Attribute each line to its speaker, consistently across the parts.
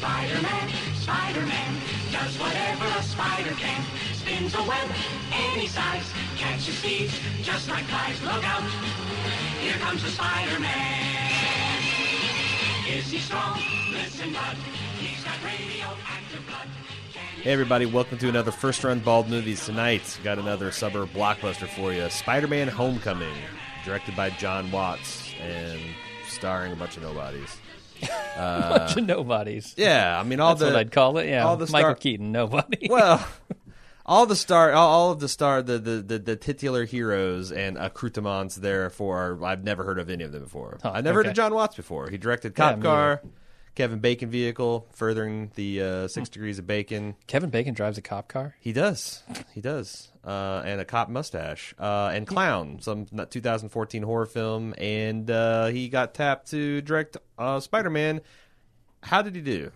Speaker 1: Spider-Man, Spider-Man, does whatever a spider can. Spins a web any size, catches thieves just like flies. Look out, here comes the Spider-Man. Is he strong? Listen, bud, he's got radioactive blood. Can
Speaker 2: Hey, everybody, welcome to another First Run Bald Movies tonight. Got another suburb blockbuster for you Spider Man Homecoming, directed by John Watts and starring a bunch of nobodies.
Speaker 3: bunch of nobodies.
Speaker 2: Yeah, I mean, all
Speaker 3: That's
Speaker 2: the.
Speaker 3: what I'd call it. Yeah,
Speaker 2: all the
Speaker 3: Michael
Speaker 2: star-
Speaker 3: Keaton, nobody.
Speaker 2: Well. All the star, all, all of the star, the the, the, the titular heroes and accoutrements there for I've never heard of any of them before. I've never heard
Speaker 3: okay.
Speaker 2: of John Watts before. He directed
Speaker 3: Yeah,
Speaker 2: Cop
Speaker 3: me
Speaker 2: Car, Kevin Bacon Vehicle, furthering the uh, Six Degrees of Bacon.
Speaker 3: Kevin Bacon drives a cop car.
Speaker 2: He does. He does. Uh, and a cop mustache. Uh, and Clown, some not 2014 horror film. And uh, he got tapped to direct uh, Spider Man. How did he do?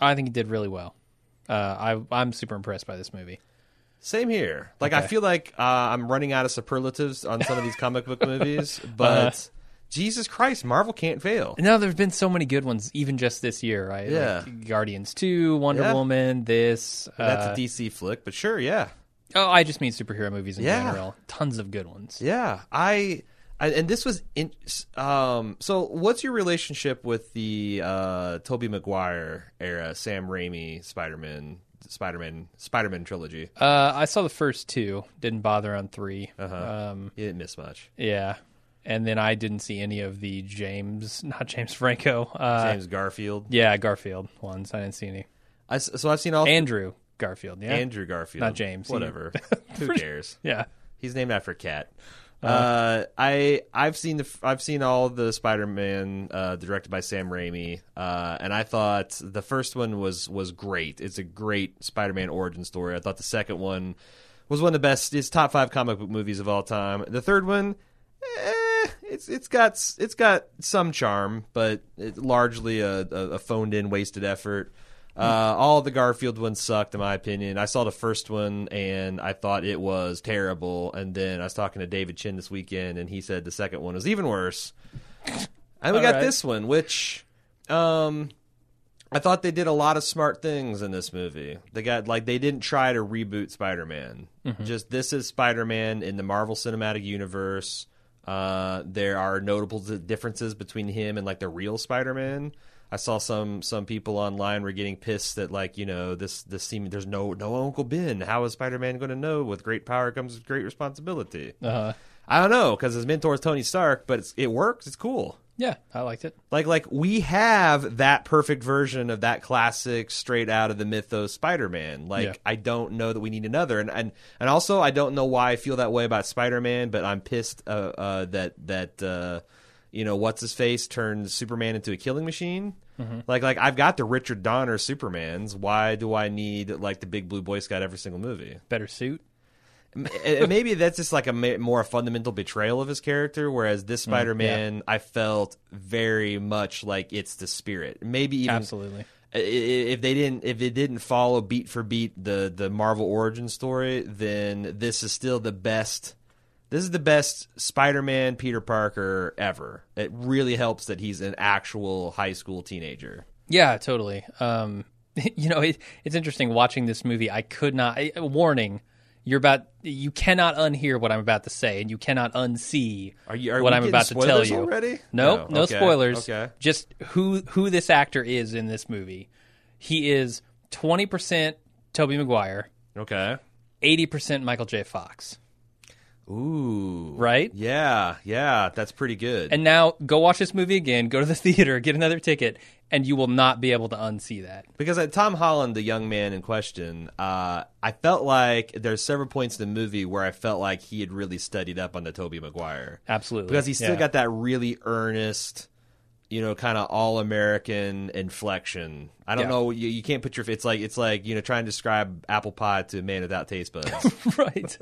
Speaker 3: I think he did really well. Uh, I I'm super impressed by this movie.
Speaker 2: Same here. Like, I feel like uh, I'm running out of superlatives on some of these comic book movies, but Jesus Christ, Marvel can't fail.
Speaker 3: No, there's been so many good ones, even just this year, right?
Speaker 2: Yeah.
Speaker 3: Like Guardians Two, Wonder
Speaker 2: Yeah.
Speaker 3: Woman, this. Uh,
Speaker 2: That's a DC flick, but sure, yeah.
Speaker 3: oh, I just mean superhero movies in
Speaker 2: Yeah.
Speaker 3: general. Tons of good ones.
Speaker 2: Yeah, I, I and this was in. Um, so what's your relationship with the uh, Toby Maguire era, Sam Raimi, Spider Man, Spider Man, Spider Man trilogy?
Speaker 3: Uh, I saw the first two. Didn't bother on 3 Um,
Speaker 2: You didn't miss much.
Speaker 3: yeah, and then I didn't see any of the James, not James Franco. Uh,
Speaker 2: James Garfield.
Speaker 3: Yeah, Garfield ones. I didn't see any.
Speaker 2: I s so I've seen all
Speaker 3: Andrew Garfield. Yeah.
Speaker 2: Andrew Garfield,
Speaker 3: Not James.
Speaker 2: Whatever. Who cares?
Speaker 3: Yeah.
Speaker 2: He's named after a cat. Uh, I I've seen the I've seen all the Spider-Man uh, directed by Sam Raimi, uh, and I thought the first one was was great. It's a great Spider-Man origin story. I thought the second one was one of the best. It's top five comic book movies of all time. The third one, eh, it's it's got s- it's got some charm, but it's largely a, a, a phoned in, wasted effort. Uh, all the Garfield ones sucked, in my opinion. I saw the first one and I thought it was terrible. And then I was talking to David Chin this weekend, and he said the second one was even worse. And we
Speaker 3: All
Speaker 2: got
Speaker 3: right.
Speaker 2: this one, which um, I thought they did a lot of smart things in this movie. They got like they didn't try to reboot Spider-Man. Just this is Spider-Man in the Marvel Cinematic Universe. Uh, there are notable di- differences between him and like the real Spider-Man. I saw some some people online were getting pissed that like you know this this seem there's no no Uncle Ben. How is Spider-Man going to know with great power comes great responsibility?
Speaker 3: Uh,
Speaker 2: I don't know because his mentor is Tony Stark, but it's, it works. It's cool.
Speaker 3: yeah. I liked it.
Speaker 2: Like like we have that perfect version of that classic straight out of the mythos Spider-Man. Like
Speaker 3: Yeah.
Speaker 2: I don't know that we need another and and, and also I don't know why I feel that way about Spider-Man, but I'm pissed uh, uh, that that uh, you know what's his face turns Superman into a killing machine. Like like I've got the Richard Donner Supermans. Why do I need like the big blue boy scout every single movie?
Speaker 3: Better suit.
Speaker 2: and and maybe that's just like a ma- more fundamental betrayal of his character. Whereas
Speaker 3: Mm,
Speaker 2: this Spider Man, I felt very much like it's the spirit. Maybe
Speaker 3: Mm.
Speaker 2: even
Speaker 3: Absolutely.
Speaker 2: i- i- if they didn't if it didn't follow beat for beat the the Marvel origin story, then this is still the best. This is the best Spider Man Peter Parker ever. It really helps that he's an actual high school teenager.
Speaker 3: Yeah. Totally. Um, you know, it, it's interesting watching this movie. I could not. I, warning. You're about. You cannot unhear what I'm about to say, and you cannot unsee
Speaker 2: Are you- are
Speaker 3: what
Speaker 2: we
Speaker 3: I'm
Speaker 2: getting
Speaker 3: about to tell
Speaker 2: spoilers
Speaker 3: you.
Speaker 2: already?
Speaker 3: No,
Speaker 2: No.
Speaker 3: no,
Speaker 2: Okay.
Speaker 3: spoilers.
Speaker 2: Okay.
Speaker 3: Just who who this actor is in this movie. He is 20% Toby Maguire,
Speaker 2: Okay.
Speaker 3: 80% Michael J. Fox.
Speaker 2: Ooh.
Speaker 3: Right?
Speaker 2: Yeah. Yeah. That's pretty good.
Speaker 3: And now go watch this movie again, go to the theater, get another ticket, and you will not be able to unsee that.
Speaker 2: Because uh, Tom Holland, the young man in question, uh, I felt like there's several points in the movie where I felt like he had really studied up on the Toby Maguire.
Speaker 3: Absolutely.
Speaker 2: Because he still
Speaker 3: Yeah.
Speaker 2: got that really earnest, you know, kind of all American inflection. I don't
Speaker 3: Yeah.
Speaker 2: know, you, you can't put your it's like it's like, you know, trying to describe apple pie to a man without taste buds.
Speaker 3: right.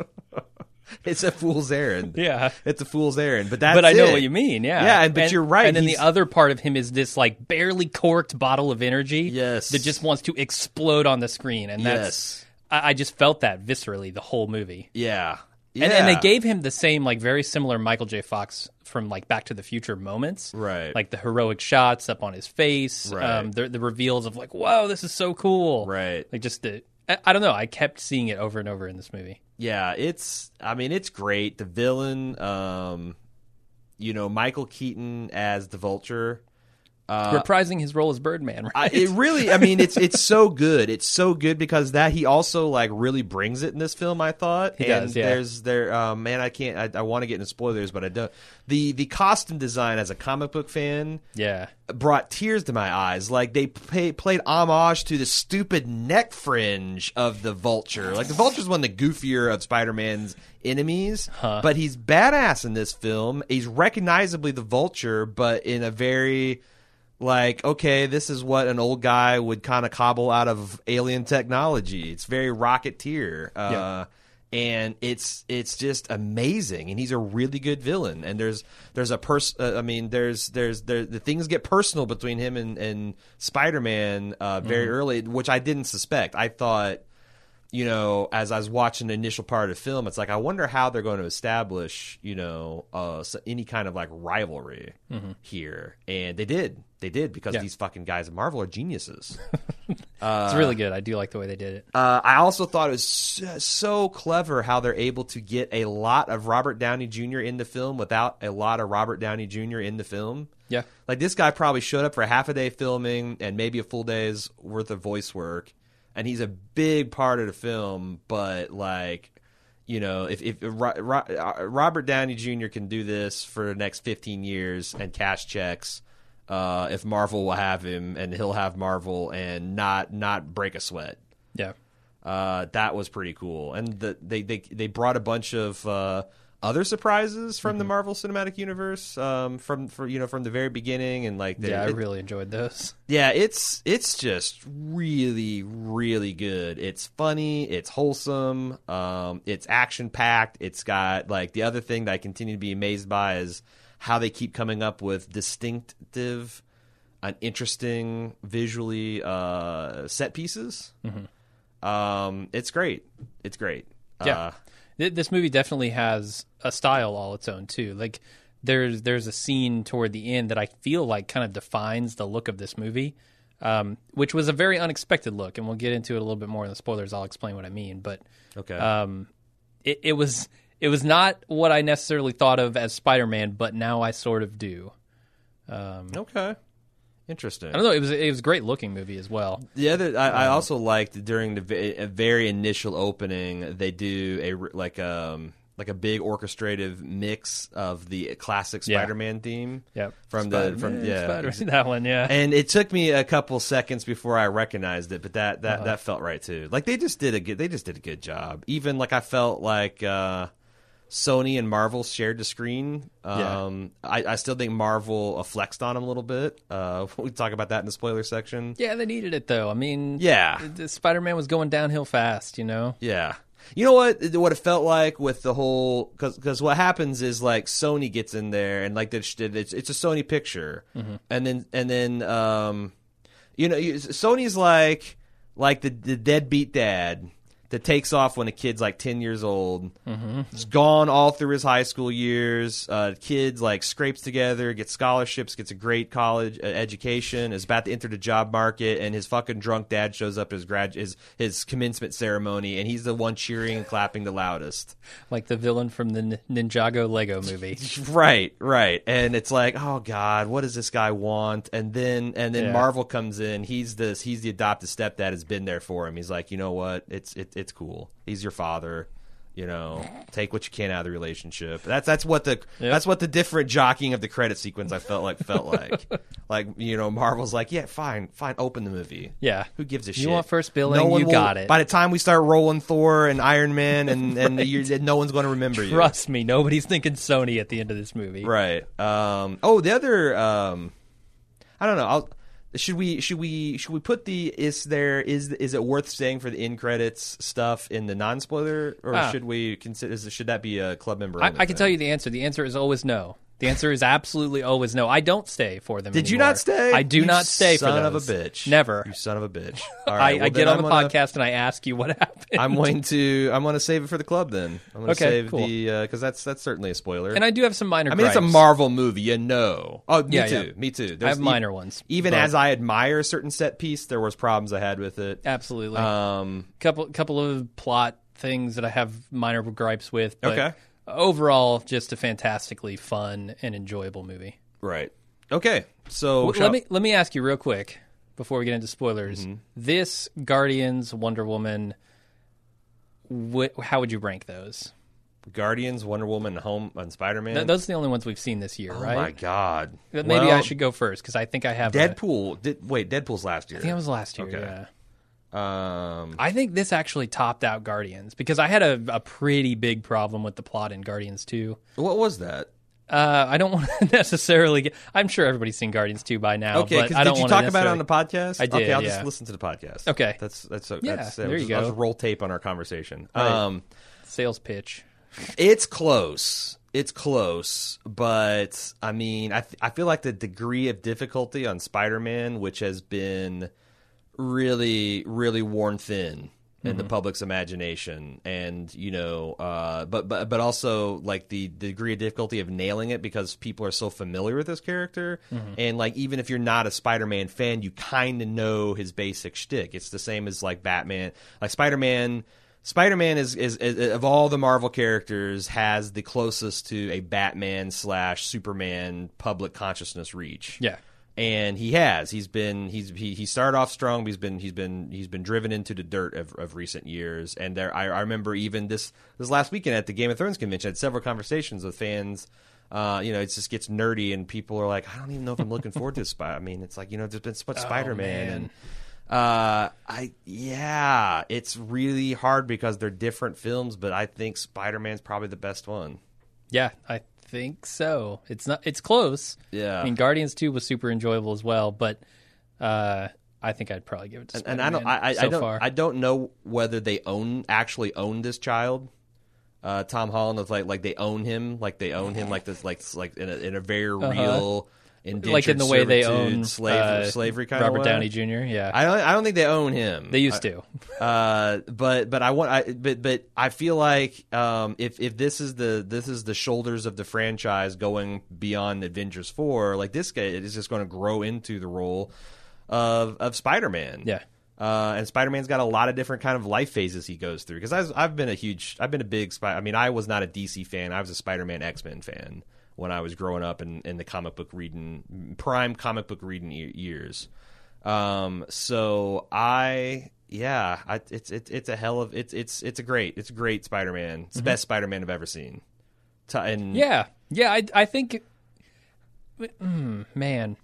Speaker 2: it's a fool's errand.
Speaker 3: Yeah.
Speaker 2: It's a fool's errand. But that's
Speaker 3: But I know
Speaker 2: it.
Speaker 3: what you mean, yeah.
Speaker 2: Yeah, and- but you're right,
Speaker 3: And then the
Speaker 2: he's-
Speaker 3: other part of him is this like barely corked bottle of energy
Speaker 2: Yes.
Speaker 3: that just wants to explode on the screen. And that's
Speaker 2: Yes.
Speaker 3: I, I just felt that viscerally the whole movie.
Speaker 2: Yeah.
Speaker 3: And, and
Speaker 2: Yeah.
Speaker 3: they gave him the same, like, very similar Michael J. Fox from, like, Back to the Future moments.
Speaker 2: Right.
Speaker 3: Like the heroic shots up on his face,
Speaker 2: Right.
Speaker 3: um, the, the reveals of, like, whoa, this is so cool.
Speaker 2: Right.
Speaker 3: Like, just the, I, I don't know. I kept seeing it over and over in this movie.
Speaker 2: yeah it's i mean it's great the villain um you know michael keaton as the vulture
Speaker 3: Reprising his role as Birdman, right?
Speaker 2: Uh, I, it really i mean it's it's so good it's so good because that he also like really brings it in this film i thought he and
Speaker 3: does, yeah.
Speaker 2: there's there um, man i can't i, I want to get into spoilers but i don't the the costume design as a comic book fan
Speaker 3: yeah.
Speaker 2: brought tears to my eyes. Like they pay, played homage to the stupid neck fringe of the Vulture. Like the Vulture's one of the goofier of Spider-Man's enemies, but he's badass in this film. He's recognizably the Vulture, but in a very like okay, this is what an old guy would kind of cobble out of alien technology. It's very Rocketeer. Uh,
Speaker 3: Yeah.
Speaker 2: and it's it's just amazing and he's a really good villain and there's there's a person uh, i mean there's there's there the things get personal between him and and spider-man uh very early which i didn't suspect i thought you know as i was watching the initial part of the film it's like i wonder how they're going to establish you know uh s- any kind of like rivalry here and they did they did because
Speaker 3: Yeah.
Speaker 2: these fucking guys at marvel are geniuses
Speaker 3: it's really good. I do like the way they did it.
Speaker 2: Uh, I also thought it was so, so clever how they're able to get a lot of Robert Downey Jr. in the film without a lot of Robert Downey Jr. in the film.
Speaker 3: Yeah.
Speaker 2: Like this guy probably showed up for half a day filming and maybe a full day's worth of voice work, and he's a big part of the film. But like, you know, if if Ro- Ro- uh, Robert Downey Jr. can do this for the next fifteen years and cash checks, uh, if Marvel will have him and he'll have Marvel and not not break a sweat
Speaker 3: Yeah.
Speaker 2: uh, that was pretty cool. And the, they they they brought a bunch of uh, other surprises from the
Speaker 3: Mm-hmm.
Speaker 2: Marvel Cinematic Universe um, from for you know from the very beginning and like they-
Speaker 3: Yeah. I
Speaker 2: it-
Speaker 3: really enjoyed those.
Speaker 2: yeah, it's it's just really really good. It's funny, it's wholesome, um, it's action packed. It's got like the other thing that I continue to be amazed by is how they keep coming up with distinctive and interesting visually uh, set pieces. Um, it's great. It's great.
Speaker 3: Mm-hmm. Yeah.
Speaker 2: Uh,
Speaker 3: Th- this movie definitely has a style all its own too. Like there's there's a scene toward the end that I feel like kind of defines the look of this movie, um, which was a very unexpected look, and we'll get into it a little bit more in the spoilers. I'll explain what I mean, but
Speaker 2: okay.
Speaker 3: um, it, it was it was not what I necessarily thought of as Spider-Man, but now I sort of do.
Speaker 2: okay. Interesting.
Speaker 3: I don't know. It was it was a great looking movie as well.
Speaker 2: The other, I,
Speaker 3: Um,
Speaker 2: I also liked during the ve- a very initial opening, they do a r- like um like a big orchestrative mix of the classic
Speaker 3: Yeah.
Speaker 2: Spider-Man theme.
Speaker 3: Yep.
Speaker 2: From the from
Speaker 3: Spider-Man,
Speaker 2: yeah.
Speaker 3: Spider-Man, that one, yeah.
Speaker 2: And it took me a couple seconds before I recognized it, but that
Speaker 3: Uh-huh.
Speaker 2: that that felt right too. Like they just did a good they just did a good job. Even like I felt like uh Sony and Marvel shared the screen.
Speaker 3: Yeah.
Speaker 2: Um, I, I still think Marvel uh, flexed on them a little bit. Uh, we talk about that in the spoiler section.
Speaker 3: yeah, they needed it though. I mean,
Speaker 2: Yeah.
Speaker 3: the- the Spider-Man was going downhill fast, you know.
Speaker 2: Yeah. You know what? it- What it felt like with the whole because what happens is like Sony gets in there and like it's it's, it's a Sony picture, and then and then um, you know you- Sony's like like the the deadbeat dad that takes off when a kid's like ten years old. He's gone all through his high school years. Uh, kids like scrapes together, gets scholarships, gets a great college uh, education, is about to enter the job market, and his fucking drunk dad shows up at his grad his his commencement ceremony, and he's the one cheering and clapping the loudest.
Speaker 3: like the villain from the Nin- Ninjago Lego movie.
Speaker 2: Right, right, and it's like, oh god, what does this guy want? And then and then
Speaker 3: Yeah.
Speaker 2: Marvel comes in. He's this. He's the adopted stepdad. Has been there for him. He's like, you know what? It's it, it's cool. He's your father. You know, take what you can out of the relationship. That's that's what the that's what the different jockeying of the credit sequence I felt like felt like. like you know, Marvel's like, yeah, fine, fine, open the movie.
Speaker 3: Yeah.
Speaker 2: who gives a shit?
Speaker 3: You want first billing, you
Speaker 2: will-
Speaker 3: got it.
Speaker 2: By the time we start rolling Thor and Iron Man and and you're, no one's going to remember you.
Speaker 3: Trust me, nobody's thinking Sony at the end of this movie.
Speaker 2: Right. Um, oh, the other. Um, I don't know. I'll, should we should we should we put the is there is is it worth saying for the in credits stuff in the non spoiler or
Speaker 3: Ah.
Speaker 2: should we consider is, should that be a club member?
Speaker 3: I,
Speaker 2: only
Speaker 3: I can
Speaker 2: thing?
Speaker 3: tell you the answer. The answer is always no. The answer is absolutely always no. I don't stay for them.
Speaker 2: Did you
Speaker 3: anymore.
Speaker 2: not stay?
Speaker 3: I do
Speaker 2: You
Speaker 3: not stay for
Speaker 2: Son
Speaker 3: those.
Speaker 2: of a bitch.
Speaker 3: Never.
Speaker 2: You son of a bitch. All
Speaker 3: I,
Speaker 2: right,
Speaker 3: I
Speaker 2: well,
Speaker 3: get
Speaker 2: then
Speaker 3: on the
Speaker 2: I'm gonna-
Speaker 3: podcast and I ask you what happened.
Speaker 2: I'm going to. I'm going to save it for the club. Then I'm going to
Speaker 3: Okay,
Speaker 2: save
Speaker 3: cool.
Speaker 2: the because that's that's certainly a spoiler.
Speaker 3: and I do have some minor.
Speaker 2: I mean, it's a
Speaker 3: gripes.
Speaker 2: Marvel movie, you know. Oh, me
Speaker 3: Yeah,
Speaker 2: too.
Speaker 3: yeah.
Speaker 2: Me too.
Speaker 3: I have
Speaker 2: e-
Speaker 3: minor ones,
Speaker 2: Even
Speaker 3: but-
Speaker 2: as I admire a certain set piece, there was problems I had with it.
Speaker 3: Absolutely.
Speaker 2: Um,
Speaker 3: couple couple of plot things that I have minor gripes with. But
Speaker 2: Okay.
Speaker 3: Overall, just a fantastically fun and enjoyable movie.
Speaker 2: right. Okay. So shall-
Speaker 3: let me let me ask you real quick before we get into spoilers.
Speaker 2: Mm-hmm.
Speaker 3: This Guardians, Wonder Woman. Wh- how would you rank those?
Speaker 2: Guardians, Wonder Woman, Home, and Spider Man.
Speaker 3: Th- those are the only ones we've seen this year,
Speaker 2: oh
Speaker 3: right?
Speaker 2: my god.
Speaker 3: But Maybe
Speaker 2: Well,
Speaker 3: I should go first because I think I have. a-
Speaker 2: Deadpool. Did, wait, Deadpool's last year.
Speaker 3: I think it was last year.
Speaker 2: Okay.
Speaker 3: Yeah.
Speaker 2: um,
Speaker 3: I think this actually topped out Guardians because I had a, a pretty big problem with the plot in Guardians 2.
Speaker 2: what was that?
Speaker 3: Uh, I don't want to necessarily. Get, I'm sure everybody's seen Guardians 2 by now.
Speaker 2: Okay,
Speaker 3: Uh, but
Speaker 2: because
Speaker 3: I don't
Speaker 2: did you
Speaker 3: wanna
Speaker 2: talk about it on
Speaker 3: necessarily-
Speaker 2: the podcast?
Speaker 3: I did,
Speaker 2: Okay, I'll
Speaker 3: yeah.
Speaker 2: just listen to the podcast.
Speaker 3: Okay.
Speaker 2: that's that's,
Speaker 3: Yeah,
Speaker 2: that's
Speaker 3: there you
Speaker 2: just, I'll
Speaker 3: go.
Speaker 2: just roll tape on our conversation. Um,
Speaker 3: sales pitch?
Speaker 2: It's close. It's close, but I mean, I, th- I feel like the degree of difficulty on Spider Man, which has been really, really worn thin in the public's imagination, and you know, uh, but but but also like the, the degree of difficulty of nailing it because people are so familiar with this character, and like even if you're not a Spider Man fan, you kind of know his basic shtick. It's the same as like Batman, like Spider Man. Spider-Man is, is, is of all the Marvel characters has the closest to a Batman slash Superman public consciousness reach.
Speaker 3: Yeah.
Speaker 2: and he has. He's been he's he, he started off strong. But he's been he's been he's been driven into the dirt of, of recent years. And there, I, I remember even this this last weekend at the Game of Thrones convention, I had several conversations with fans. Uh, you know, it just gets nerdy, and people are like, I don't even know if I'm looking forward to this. Spy. I mean, it's like you know, there's been so much Spider-Man
Speaker 3: man.
Speaker 2: and. Uh, I yeah, it's really hard because they're different films, but I think Spider Man's probably the best one.
Speaker 3: Yeah, I think so. It's not. It's close.
Speaker 2: Yeah.
Speaker 3: I mean, Guardians 2 was super enjoyable as well, but uh, I think I'd probably give it to
Speaker 2: And I don't,
Speaker 3: Spider-Man
Speaker 2: I, I,
Speaker 3: Oh, so
Speaker 2: I don't,
Speaker 3: far.
Speaker 2: I don't know whether they own actually own this child. Uh, Tom Holland is like like they own him, like they own him, like this, like like in a, in a very real, indentured
Speaker 3: Uh-huh. like in the way they
Speaker 2: servitude,
Speaker 3: own
Speaker 2: slave,
Speaker 3: uh,
Speaker 2: slavery kind
Speaker 3: Robert
Speaker 2: of way.
Speaker 3: Downey Jr. Yeah,
Speaker 2: I don't, I don't think they own him.
Speaker 3: they used to.
Speaker 2: Uh, but but I want I but but I feel like um if if this is the this is the shoulders of the franchise going beyond Avengers four like this guy is just going to grow into the role of of Spider Man
Speaker 3: Yeah.
Speaker 2: uh and Spider Man's got a lot of different kind of life phases he goes through because I've been a huge I've been a big Spider I mean I was not a DC fan I was a Spider Man X Men fan when I was growing up in in the comic book reading prime comic book reading ye- years um, so I, yeah, I, it's it's it's a hell of it's it's it's a great it's a great Spider Man. It's the best Spider Man I've ever seen. T- and
Speaker 3: Mm-hmm. Yeah, yeah. I I think, mm, man,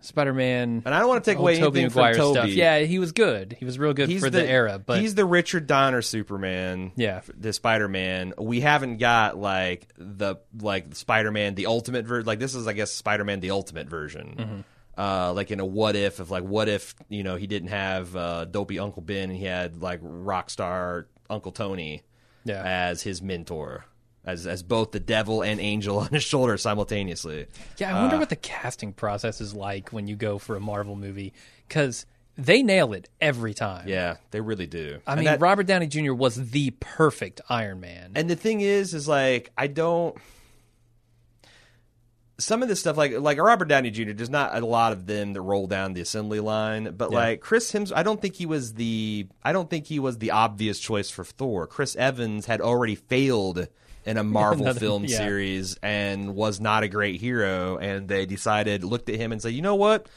Speaker 3: Spider Man.
Speaker 2: and I don't want to take away
Speaker 3: Toby
Speaker 2: anything
Speaker 3: Maguire
Speaker 2: from Toby.
Speaker 3: stuff. Yeah, he was good. He was real good for the, era, but
Speaker 2: he's the Richard Donner Superman.
Speaker 3: Yeah.
Speaker 2: f- the Spider Man. We haven't got like the like Spider Man the ultimate version. Like this is, I guess, Spider Man the ultimate version.
Speaker 3: Mm-hmm.
Speaker 2: Uh, like in a what if of like what if you know he didn't have uh, dopey Uncle Ben and he had like rock star Uncle Tony
Speaker 3: Yeah.
Speaker 2: as his mentor. As, as both the devil and angel on his shoulder simultaneously.
Speaker 3: yeah, I
Speaker 2: Ah.
Speaker 3: wonder what the casting process is like when you go for a Marvel movie because they nail it every time.
Speaker 2: Yeah, they really do.
Speaker 3: I
Speaker 2: And
Speaker 3: mean,
Speaker 2: that-
Speaker 3: Robert Downey Jr. was the perfect Iron Man.
Speaker 2: And the thing is, is like I don't. Some of this stuff, like like Robert Downey Jr., there's not a lot of them that roll down the assembly line. But like Chris Hemsworth, I don't think he was the I don't think he was the obvious choice for Thor. Chris Evans had already failed in a Marvel
Speaker 3: Another-
Speaker 2: film
Speaker 3: yeah.
Speaker 2: series and was not a great hero. And they decided, looked at him and said, you know what?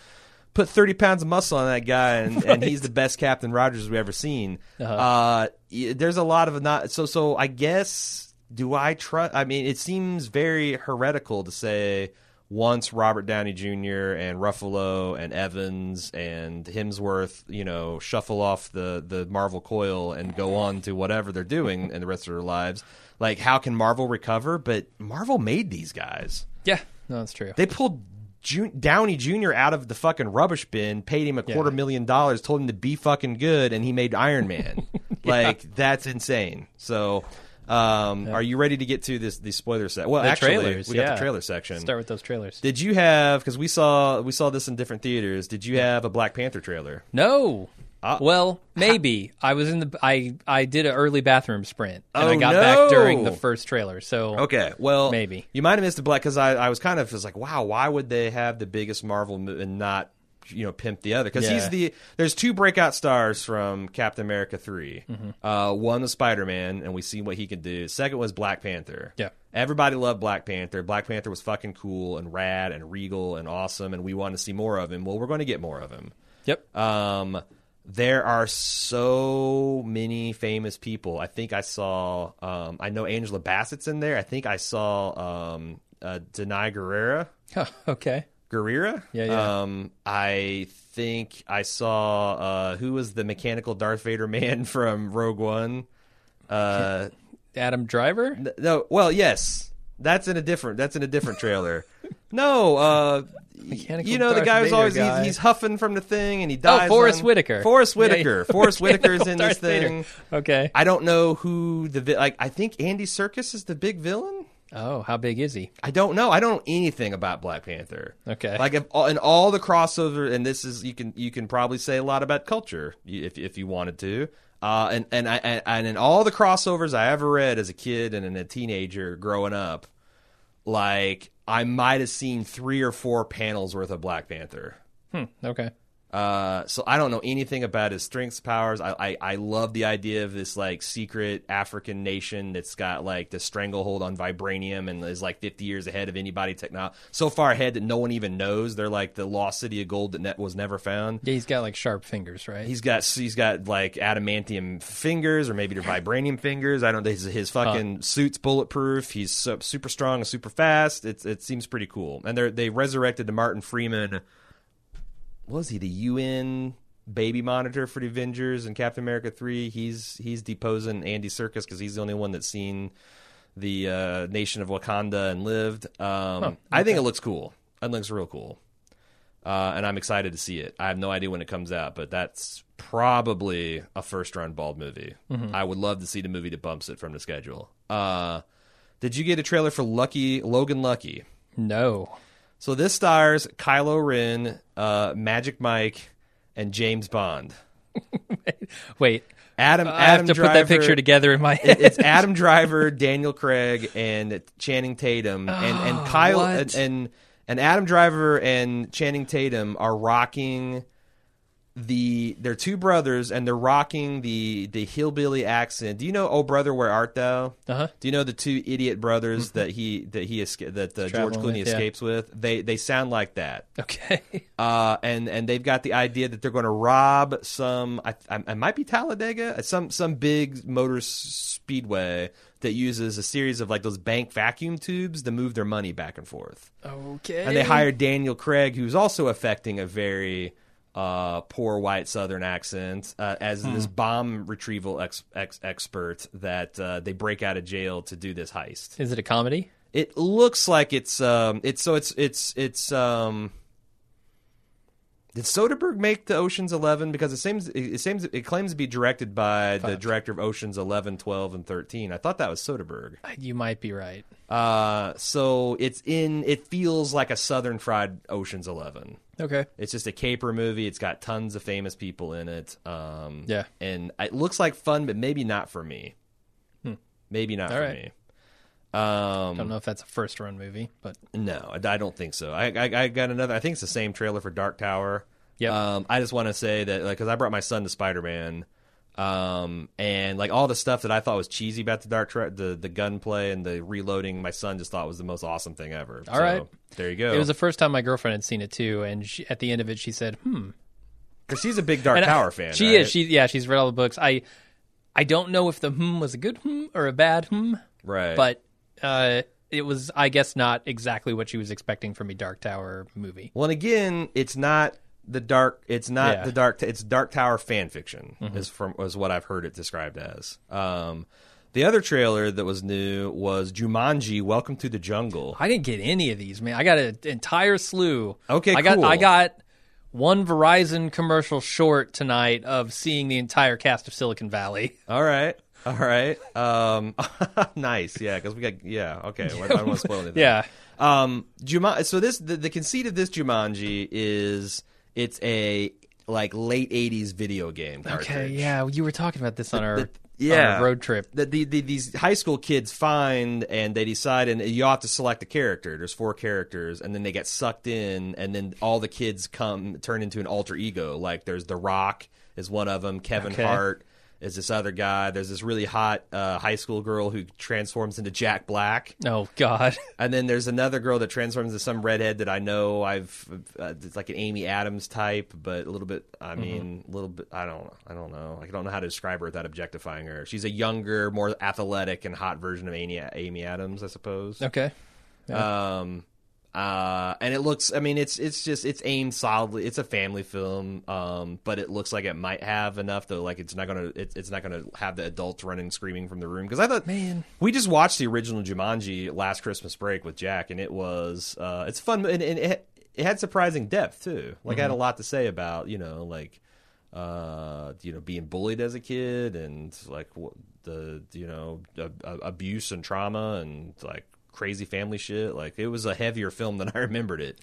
Speaker 2: put 30 pounds of muscle on that guy and, and he's the best captain rogers we've ever seen uh-huh. there's a lot of not so so i guess do i trust i mean it seems very heretical to say once robert downey jr and ruffalo and evans and hemsworth you know shuffle off the the marvel coil and go on to whatever they're doing in the rest of their lives like how can marvel recover but marvel made these guys
Speaker 3: yeah, no, that's true.
Speaker 2: they pulled Ju- Downey Jr. out of the fucking rubbish bin, paid him a quarter million dollars, told him to be fucking good, and he made Iron Man. Like that's insane. So Um, Are you ready to get to this the spoiler set? Well,
Speaker 3: The
Speaker 2: actually,
Speaker 3: trailers,
Speaker 2: we got
Speaker 3: yeah.
Speaker 2: the trailer section.
Speaker 3: Start with those trailers.
Speaker 2: Did you have because we saw we saw this in different theaters? Did you have a Black Panther trailer?
Speaker 3: No.
Speaker 2: Ah.
Speaker 3: well, maybe I was in the I I did an early bathroom sprint and I
Speaker 2: Oh,
Speaker 3: got back during
Speaker 2: no.
Speaker 3: the first trailer. So
Speaker 2: Okay, well,
Speaker 3: Maybe.
Speaker 2: you might have missed the black because I, I was kind of was like, wow, why would they have the biggest Marvel mo- and not you know pimp the other? Because he's
Speaker 3: Yeah.
Speaker 2: the there's two breakout stars from Captain America 3
Speaker 3: Mm-hmm.
Speaker 2: Uh, one was Spider Man, and we see what he can do. Second was Black Panther.
Speaker 3: Yeah.
Speaker 2: everybody loved Black Panther. Black Panther was fucking cool and rad and regal and awesome, and we wanted to see more of him. Well, we're going to get more of him.
Speaker 3: Yep.
Speaker 2: Um, there are so many famous people. I think I saw. Um, I know Angela Bassett's in there. I think I saw um, uh, Denai Guerrera.
Speaker 3: okay.
Speaker 2: Guerrera.
Speaker 3: Yeah, yeah.
Speaker 2: Um, I think I saw uh, who was the mechanical Darth Vader man from Rogue One. Uh,
Speaker 3: Adam Driver.
Speaker 2: th- no, well, yes, that's in a different. That's in a different trailer. no, uh,
Speaker 3: Mechanical
Speaker 2: you know the
Speaker 3: Darth
Speaker 2: guy who's
Speaker 3: Vader
Speaker 2: always
Speaker 3: guy. Oh,
Speaker 2: He's, he's huffing from the thing and he dies.
Speaker 3: Forrest
Speaker 2: on-
Speaker 3: Whitaker.
Speaker 2: Forrest
Speaker 3: Yeah, yeah. oh,
Speaker 2: Whitaker. Forrest Whitaker is in this
Speaker 3: Darth Vader.
Speaker 2: thing.
Speaker 3: Okay.
Speaker 2: I don't know who the vi- like. I think Andy Circus is the big villain.
Speaker 3: Oh, how big is he?
Speaker 2: I don't know. I don't know anything about Black Panther.
Speaker 3: Okay.
Speaker 2: Like if all, and all the crossover, and this is you can you can probably say a lot about culture you- if if you wanted to. Uh, and and I and, and in all the crossovers I ever read as a kid and a teenager growing up, like I might have seen three or four panels worth of Black Panther.
Speaker 3: Okay.
Speaker 2: Uh, so I don't know anything about his strengths, powers. I, I, I love the idea of this like secret African nation that's got like the stranglehold on vibranium and is like 50 years ahead of anybody techno so far ahead that no one even knows. They're like the lost city of gold that ne- was never found.
Speaker 3: Yeah, he's got like sharp fingers, right?
Speaker 2: He's got he's got like adamantium fingers or maybe they're vibranium fingers. I don't. His, his fucking suit's bulletproof. He's so, super strong and super fast. It's it seems pretty cool. And they they resurrected the Martin Freeman. what Was he the UN baby monitor for the Avengers and Captain America three? He's he's deposing Andy Serkis because he's the only one that's seen the uh, nation of Wakanda and lived. Um, I think it looks cool. It looks real cool uh, and I'm excited to see it. I have no idea when it comes out, but that's probably a first run bald movie.
Speaker 3: Mm-hmm.
Speaker 2: I would love to see the movie that bumps it from the schedule. Uh, did you get a trailer for Lucky Logan Lucky?
Speaker 3: no.
Speaker 2: So this stars Kylo Ren, uh, Magic Mike, and James Bond.
Speaker 3: Wait.
Speaker 2: Adam,
Speaker 3: I have
Speaker 2: Adam
Speaker 3: to
Speaker 2: Driver,
Speaker 3: put that picture together in my head.
Speaker 2: it's Adam Driver, Daniel Craig, and Channing Tatum, and and Kyle
Speaker 3: Oh, what?
Speaker 2: and, and and Adam Driver and Channing Tatum are rocking the they're two brothers and they're rocking the the hillbilly accent. Do you know "Oh Brother, Where Art Thou"?
Speaker 3: Uh-huh. Mm-hmm.
Speaker 2: Do you know the two idiot brothers that he that he esca- that uh, George
Speaker 3: traveling
Speaker 2: Clooney
Speaker 3: with, yeah.
Speaker 2: escapes with? They they sound like that
Speaker 3: okay.
Speaker 2: uh, and and they've got the idea that they're going to rob some. I, I, it might be Talladega, uh, some some big motor s- speedway that uses a series of like those bank vacuum tubes to move their money back and forth.
Speaker 3: Okay.
Speaker 2: And they hired Daniel Craig, who's also affecting a very uh, poor white Southern accent, uh, as this bomb retrieval ex- ex- expert that uh, they break out of jail to do this heist.
Speaker 3: Is it a comedy?
Speaker 2: It looks like it's um it's so it's it's it's um did Soderbergh make the Ocean's Eleven? Because it seems it seems it claims to be directed by the director of Ocean's 11, 12, and thirteen. I thought that was Soderbergh.
Speaker 3: You might be right.
Speaker 2: Uh, so it's in it feels like a Southern fried Ocean's Eleven.
Speaker 3: Okay.
Speaker 2: It's just a caper movie. It's got tons of famous people in it. Um,
Speaker 3: Yeah.
Speaker 2: and it looks like fun, but maybe not for me. Maybe not
Speaker 3: Hmm. All
Speaker 2: for
Speaker 3: right.
Speaker 2: me. Um,
Speaker 3: I don't know if that's a first run movie, but
Speaker 2: no, I I don't think so. I, I, I got another. I think it's the same trailer for Dark Tower.
Speaker 3: Yep.
Speaker 2: Um, I just want to say that like because I brought my son to Spider Man, um, and like all the stuff that I thought was cheesy about the Dark Tower, the the gunplay and the reloading, my son just thought was the most awesome thing ever.
Speaker 3: All right.
Speaker 2: there you go.
Speaker 3: it was the first time my girlfriend had seen it too, and she, at the end of it, she said, "Hmm."
Speaker 2: 'Cause she's a big Dark
Speaker 3: And I-
Speaker 2: Tower fan.
Speaker 3: She
Speaker 2: right?
Speaker 3: is. She yeah. She's read all the books. I I don't know if the hmm was a good hmm or a bad hmm,
Speaker 2: right,
Speaker 3: but uh, it was I guess not exactly what she was expecting from a Dark Tower movie.
Speaker 2: Well, and again, it's not the dark. It's not
Speaker 3: Yeah. Mm-hmm.
Speaker 2: the dark. It's Dark Tower fan fiction is from is what I've heard it described as. Um, the other trailer that was new was Jumanji: Welcome to the Jungle.
Speaker 3: I didn't get any of these, man. I got an entire slew.
Speaker 2: Okay,
Speaker 3: I got
Speaker 2: cool.
Speaker 3: I got one Verizon commercial short tonight of seeing the entire cast of Silicon Valley.
Speaker 2: All right. All right. Um, nice. Yeah, because we got. Yeah. Okay. Well, I don't want to spoil anything.
Speaker 3: Yeah.
Speaker 2: Um, Jumanji. So this the, the conceit of this Jumanji is it's a like late '80s video game. Cartridge.
Speaker 3: Okay, yeah, you were talking about this on our,
Speaker 2: the-
Speaker 3: on
Speaker 2: yeah.
Speaker 3: our road trip.
Speaker 2: that the, the, these high school kids find and they decide and you have to select a character there's four characters and then they get sucked in and then all the kids come turn into an alter ego like there's the rock is one of them kevin
Speaker 3: Okay.
Speaker 2: hart is this other guy there's this really hot uh, high school girl who transforms into jack black
Speaker 3: Oh God,
Speaker 2: and then there's another girl that transforms into some redhead that I know I've uh, it's like an Amy Adams type, but a little bit. I mean, a little bit. I don't. I don't know. I don't know how to describe her without objectifying her. She's a younger, more athletic and hot version of Amy, Amy Adams, I suppose.
Speaker 3: okay,
Speaker 2: Um, uh, and it looks. I mean, it's it's just it's aimed solidly. It's a family film. Um, but it looks like it might have enough though. Like it's not gonna it's, it's not gonna have the adults running screaming from the room because I thought
Speaker 3: Man.
Speaker 2: we just watched the original Jumanji last Christmas break with Jack and it was uh it's fun and, and it it had surprising depth too. Like I had a lot to say about you know like uh, you know, being bullied as a kid and like wh- the you know ab- ab- abuse and trauma and like crazy family shit. Like it was a heavier film than I remembered it.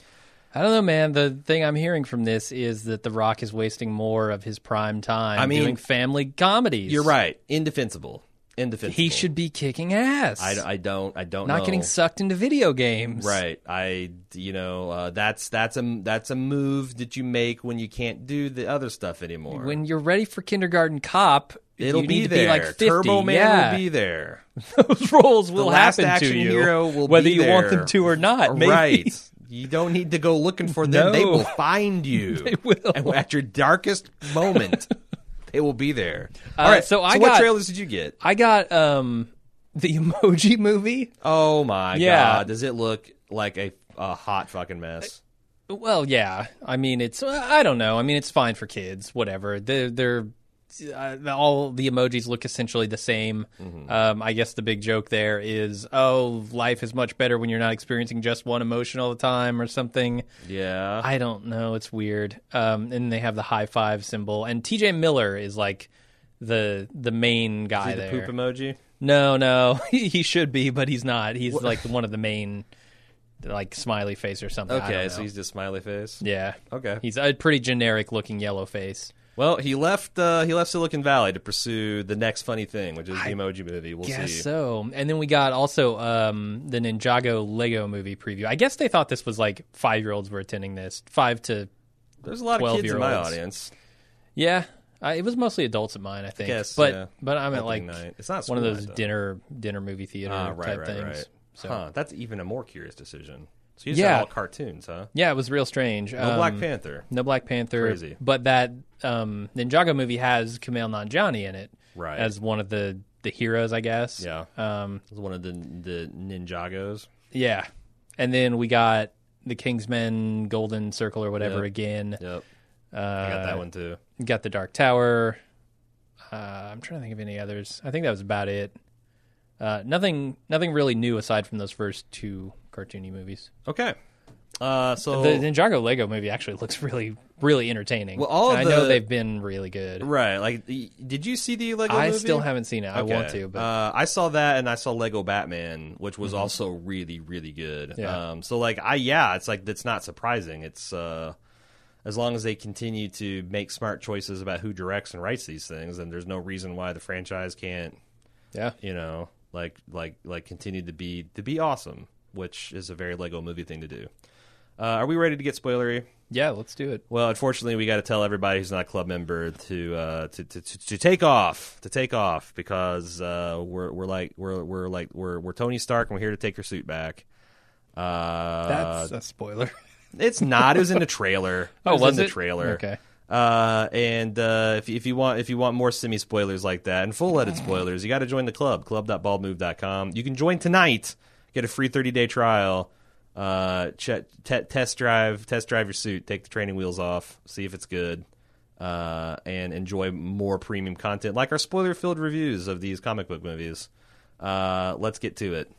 Speaker 3: I don't know, man. The thing I'm hearing from this is that The Rock is wasting more of his prime time
Speaker 2: I mean-
Speaker 3: doing family comedies.
Speaker 2: You're right, indefensible, indefensible.
Speaker 3: He should be kicking ass.
Speaker 2: I, I don't. I don't.
Speaker 3: not
Speaker 2: know.
Speaker 3: getting sucked into video games.
Speaker 2: Oh. Right. I you know uh, that's that's a that's a move that you make when you can't do the other stuff anymore.
Speaker 3: When you're ready for Kindergarten Cop,
Speaker 2: It'll
Speaker 3: you
Speaker 2: be
Speaker 3: need to
Speaker 2: there.
Speaker 3: be like 50.
Speaker 2: Turbo Man
Speaker 3: yeah.
Speaker 2: will be there.
Speaker 3: Those roles will
Speaker 2: last
Speaker 3: happen to
Speaker 2: action
Speaker 3: you,
Speaker 2: hero will
Speaker 3: whether
Speaker 2: be
Speaker 3: you want
Speaker 2: there.
Speaker 3: them to or not. Uh, maybe.
Speaker 2: Right. You don't need to go looking for them. They
Speaker 3: No.
Speaker 2: will find you. they
Speaker 3: will.
Speaker 2: And at your darkest moment, they will be there. All
Speaker 3: Uh,
Speaker 2: right.
Speaker 3: so I
Speaker 2: what
Speaker 3: got-
Speaker 2: trailers did you get?
Speaker 3: I got um the Emoji Movie.
Speaker 2: Oh my
Speaker 3: Yeah.
Speaker 2: god! Does it look like a, a hot fucking mess?
Speaker 3: Well, yeah. I mean, it's I don't know. I mean, it's fine for kids. Whatever. They're they're uh, all the emojis look essentially the same.
Speaker 2: Mm-hmm.
Speaker 3: Um, I guess the big joke there is, oh, life is much better when you're not experiencing just one emotion all the time or something.
Speaker 2: Yeah.
Speaker 3: I don't know. It's weird. Um, and they have the high five symbol, and T.J. Miller is like the the main guy
Speaker 2: the
Speaker 3: there.
Speaker 2: poop emoji.
Speaker 3: No, no, he should be, but he's not. He's like one of the main, like smiley face or something. I
Speaker 2: Okay,
Speaker 3: don't
Speaker 2: so
Speaker 3: know.
Speaker 2: he's just smiley face.
Speaker 3: yeah.
Speaker 2: Okay.
Speaker 3: He's a pretty generic looking yellow face.
Speaker 2: Well, he left. Uh, he left Silicon Valley to pursue the next funny thing, which is the Emoji Movie. We'll
Speaker 3: Guess
Speaker 2: see.
Speaker 3: so. And then we got also um, the Ninjago Lego movie preview. I guess they thought this was like five year olds were attending this. Five to
Speaker 2: There's a lot of kids in my
Speaker 3: 12-year-olds.
Speaker 2: audience.
Speaker 3: yeah. I, it was mostly adults at mine, I think.
Speaker 2: guess,
Speaker 3: but
Speaker 2: yeah.
Speaker 3: but I'm at like
Speaker 2: Opening night. It's not
Speaker 3: one of
Speaker 2: school
Speaker 3: those
Speaker 2: night, though.
Speaker 3: dinner dinner movie theater
Speaker 2: Ah, right,
Speaker 3: type
Speaker 2: right,
Speaker 3: things.
Speaker 2: right.
Speaker 3: So
Speaker 2: Huh? That's even a more curious decision. So you just had
Speaker 3: Yeah.
Speaker 2: all cartoons, huh?
Speaker 3: yeah, it was real strange.
Speaker 2: No Black
Speaker 3: Um,
Speaker 2: Panther.
Speaker 3: No Black Panther.
Speaker 2: Crazy.
Speaker 3: But that um, Ninjago movie has Kumail Nanjiani in it
Speaker 2: Right.
Speaker 3: as one of the the heroes, I guess.
Speaker 2: Yeah.
Speaker 3: Um,
Speaker 2: It's one of the the Ninjagos.
Speaker 3: yeah. And then we got the Kingsmen Golden Circle or whatever
Speaker 2: Yep.
Speaker 3: again.
Speaker 2: Yep.
Speaker 3: Uh,
Speaker 2: I got that one too.
Speaker 3: Got the Dark Tower. Uh, I'm trying to think of any others. I think that was about it. Uh, nothing, nothing really new aside from those first two cartoony movies.
Speaker 2: Okay. Uh, so
Speaker 3: The Ninjago Lego movie actually looks really, really entertaining.
Speaker 2: Well, all
Speaker 3: And
Speaker 2: of
Speaker 3: I know
Speaker 2: the-
Speaker 3: they've been really good.
Speaker 2: right, like, y- did you see the Lego?
Speaker 3: I
Speaker 2: movie?
Speaker 3: still haven't seen it. I want
Speaker 2: Okay.
Speaker 3: to, but Mm-hmm.
Speaker 2: uh, I saw that and I saw Lego Batman, which was also really really good.
Speaker 3: Yeah.
Speaker 2: Um, so like I yeah, it's like that's not surprising. It's uh, as long as they continue to make smart choices about who directs and writes these things, then there's no reason why the franchise can't
Speaker 3: yeah,
Speaker 2: you know like like like continue to be to be awesome, which is a very Lego movie thing to do. Uh, are we ready to get spoilery?
Speaker 3: yeah, let's do it.
Speaker 2: Well, unfortunately, we got to tell everybody who's not a club member to, uh, to, to to to take off, to take off, because uh, we're we're like we're we're like we're we're Tony Stark, and we're here to take your suit back. Uh,
Speaker 3: That's a spoiler.
Speaker 2: it's not. It was in the trailer.
Speaker 3: Oh, was
Speaker 2: in the
Speaker 3: it?
Speaker 2: trailer?
Speaker 3: Okay.
Speaker 2: Uh, and uh, if if you want if you want more semi spoilers like that and full edit spoilers, you got to join the club. Club.baldmove.com. You can join tonight. Get a free thirty day trial. Uh, che- te- test drive test drive your suit. Take the training wheels off. See if it's good. Uh, and enjoy more premium content like our spoiler filled reviews of these comic book movies. Uh, let's get to it.